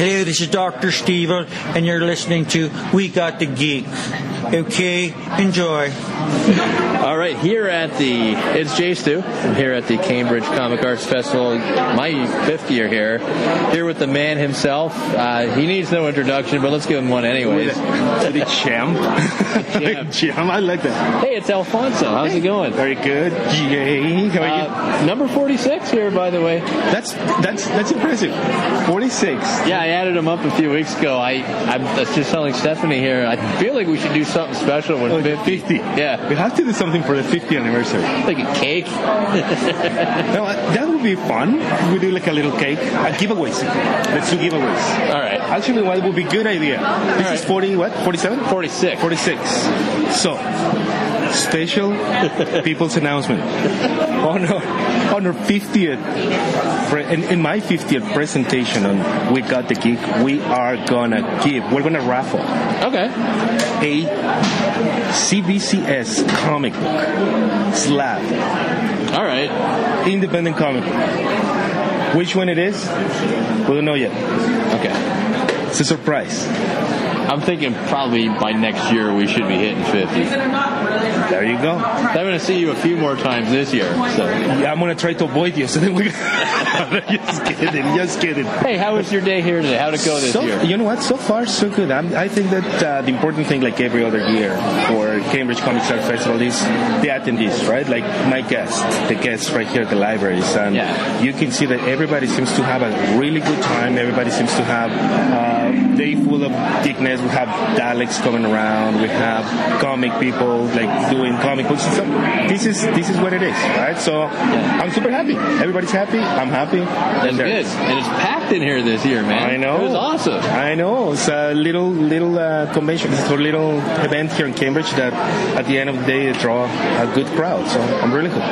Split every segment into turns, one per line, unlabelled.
Hello, this is Dr. Steven, and you're listening to We Got the Geek. Okay, enjoy.
All right, here at the it's Jay Stu. I'm here at the Cambridge Comic Arts Festival, my fifth year here. Here with the man himself. Uh, he needs no introduction, but let's give him one anyways.
The champ.
Champ.
I like that.
Hey, it's Alfonso. How's it going?
Very good. Yay. How are you?
Uh, number 46 here, by the way.
That's that's that's impressive. 46.
Yeah, I added him up a few weeks ago. I I'm I was just telling Stephanie here. I feel like we should do something special with
Oh,
50.
50.
Yeah,
We have to do something for the 50 anniversary.
like a cake.
No, uh, that would be fun. We do like a little cake. Uh, giveaways. Let's do giveaways.
All right,
Actually, what would be good idea? This
right.
is 40, what? 47?
46.
46. So, special people's announcement. On our, on our 50th, pre- in, in my 50th presentation on We Got the Geek, we are gonna give, we're gonna raffle
Okay.
a CBCS comic book slab,
All right.
independent comic book. Which one it is? We don't know yet.
Okay.
It's a surprise.
I'm thinking probably by next year we should be hitting 50.
There you go.
I'm going to see you a few more times this year. So.
Yeah, I'm gonna try to avoid you. So then we. just kidding. Just kidding.
Hey, how was your day here today? How'd it go this
so,
year?
You know what? So far, so good. I'm, I think that uh, the important thing, like every other year for Cambridge Comic Art Festival, is the attendees, right? Like my guests, the guests right here at the libraries, and
Yeah.
you can see that everybody seems to have a really good time. Everybody seems to have uh, day full of geekness. We have Daleks coming around. We have comic people like doing comic books. and stuff. this is this is what it is, right? So I'm super happy. Everybody's happy. I'm happy.
That's
There.
good. And it's packed in here this year, man.
I know.
It was awesome.
I know. It's a little little uh, convention, it's a little event here in Cambridge that at the end of the day they draw a good crowd. So I'm really cool.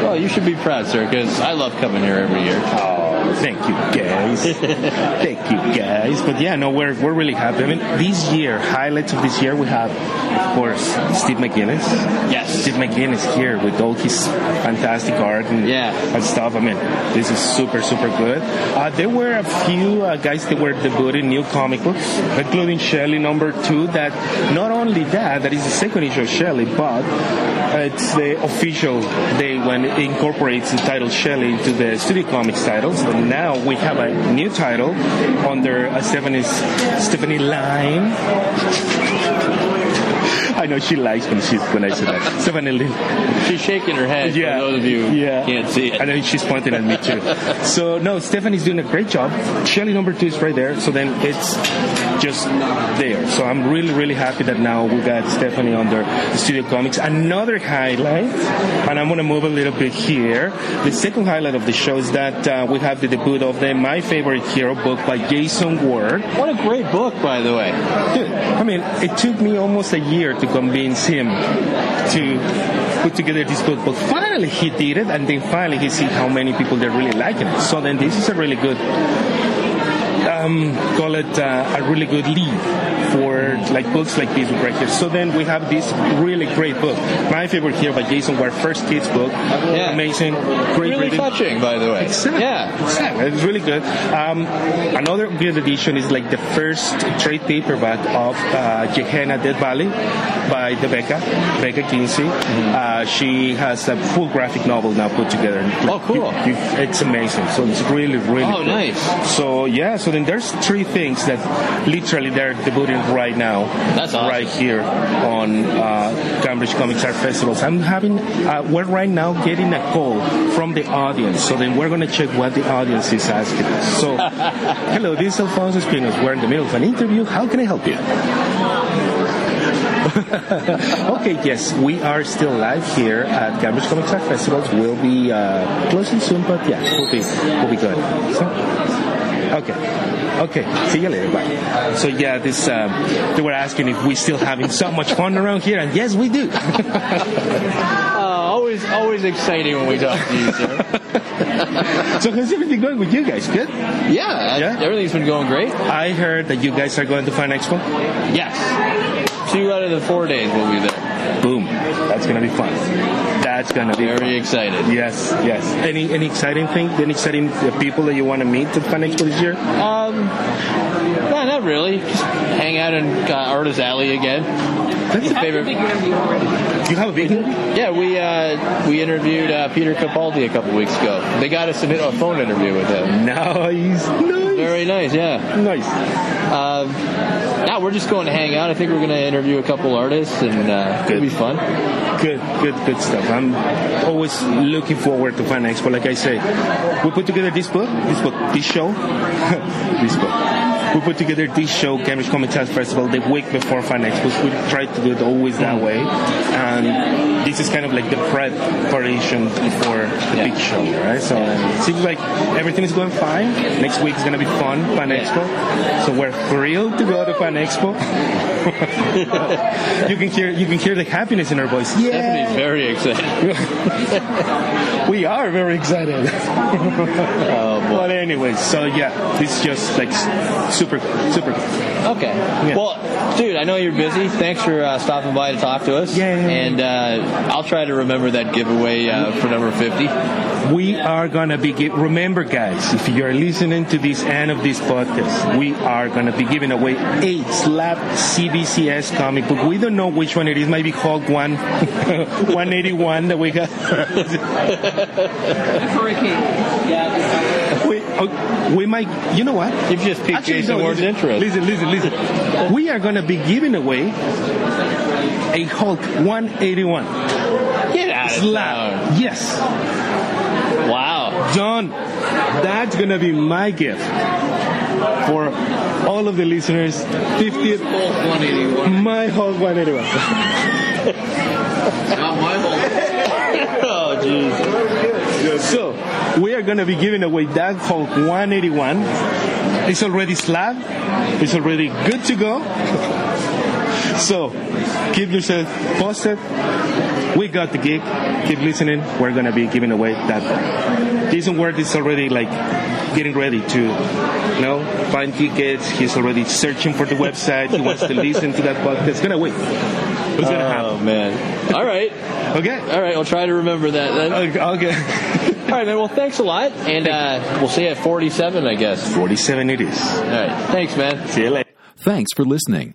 Well, you should be proud, sir, because I love coming here every year.
Oh, thank you guys. thank you guys. But yeah, no, we're we're really happy. I mean, this year highlights of this year we have, of course, Steve McGuinness.
Yes.
Steve McGinn is here with all his fantastic art and,
Yeah.
and stuff. I mean, this is super, super good. Uh, there were a few uh, guys that were debuting new comic books, including Shelley number two. That not only that, that is the second issue of Shelley, but it's the official day when it incorporates the title Shelley into the Studio Comics titles. So now we have a new title under uh, Stephanie's, Stephanie Line. I know she likes when she's when I say that. Stephanie Line.
She's shaking her head
Yeah.
for those of you who
Yeah.
can't see it.
I know she's pointing at me too. so no, Stephanie's doing a great job. Shelly number two is right there. So then it's just there. So I'm really, really happy that now we got Stephanie under Studio Comics. Another highlight, and I'm gonna move a little bit here. The second highlight of the show is that uh, we have the debut of the My Favorite Hero book by Jason Ward.
What a great book, by the way.
Dude, I mean, it took me almost a year to convince him to put together this book, but finally he did it, and then finally he see how many people they're really liking it. So then this is a really good, um, call it uh, a really good lead for like books like this right here. So then we have this really great book, my favorite here by Jason Ward, first kids book,
Yeah.
amazing, great
Really
reading.
touching, by the way.
Exactly.
Yeah.
Exactly. It's really good. Um, another good edition is like the first trade paperback of uh, Gehenna Dead Valley by the Becca, Becca Kinsey.
Mm-hmm.
Uh, she has a full graphic novel now put together.
Oh, cool.
You- you- it's amazing. So it's really, really
Oh,
cool.
nice.
So yeah, so then there's three things that literally they're debuting right now,
That's awesome.
right here on uh, Cambridge Comics Art Festivals. I'm having, uh, we're right now getting a call from the audience, so then we're gonna check what the audience is asking. us. So, hello, this is Alfonso Espinos. We're in the middle of an interview. How can I help you? Okay, yes, we are still live here at Cambridge Comics Art Festivals. We'll be uh, closing soon, but yeah, we'll be we'll be good. So, okay, okay, see you later. Bye. So yeah, this um, they were asking if we still having so much fun around here, and yes, we do.
Uh, always, always exciting when we talk to you, sir.
so how's everything going with you guys? Good.
yeah, I-
Yeah.
Everything's been going great.
I heard that you guys are going to Fan Expo.
Yes. Two out of the four days we'll be there.
Boom, that's gonna be fun. That's gonna be
Very
fun.
excited.
Yes, yes. Any any exciting thing? Any exciting uh, people that you want to meet at Fan Expo this year?
Um, no, not really. Just hang out in uh, Artist Alley again. That's
a
favorite.
You have a big
Yeah, we uh, we interviewed uh, Peter Capaldi a couple weeks ago. They got us submit a phone interview with him.
Nice, nice,
Very nice, yeah.
nice.
Um, now we're just going to hang out. I think we're going to interview a couple artists, and uh, it'll be fun.
Good, good, good stuff. I'm always looking forward to Fan Expo. Like I say, we put together this book, this book, this show, this book. We put together this show, Cambridge Comic Jazz Festival, the week before Fan Expo. We try to do it always that way, and this is kind of like the preparation before the big show, right? So um, it seems like everything is going fine. Next week is gonna be fun, Fan
Yeah.
Expo. So we're thrilled to go to Fan Expo. you can hear, you can hear the happiness in our voice. Yeah.
Stephanie's very excited.
We are very excited. Oh, but anyway, so yeah, this is just like s- super, super.
Okay. Well, dude, I know you're busy. Thanks for uh, stopping by to talk to us.
Yeah, yeah, yeah.
And uh, I'll try to remember that giveaway uh, for number 50.
We are gonna be. Gi- Remember, guys, if you are listening to this end of this podcast, we are gonna be giving away eight slab CBCS comic book. We don't know which one it is. Maybe Hulk one, one eighty one that we got. we, oh, we might. You know what?
You've just piqued Jason Ward's
listen,
interest.
Listen, listen, listen. We are going to be giving away a Hulk 181
Get out of town.
slab. Yes,
Wow.
John. That's going to be my gift for all of the listeners. 50th,
Full 181.
my Hulk 181.
Not my whole. oh, jeez.
So we are going to be giving away that Hulk 181. It's already slab. It's already good to go. so keep yourself posted. We got the gig. Keep listening. We're going to be giving away that. Jason Ward is already like getting ready to, you know, find tickets. He's already searching for the website. He wants to listen to that podcast. It's going to wait. It's going to
Oh, man. All right.
happen. Okay?
All right. I'll try to remember that. then.
Okay. okay.
All right, man. Well, thanks a lot. And uh, we'll see you at 47, I guess.
47 it is.
All right. Thanks, man.
See you later.
Thanks for listening.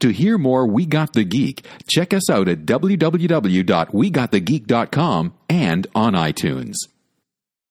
To hear more We Got the Geek, check us out at www.wegotthegeek.com and on iTunes.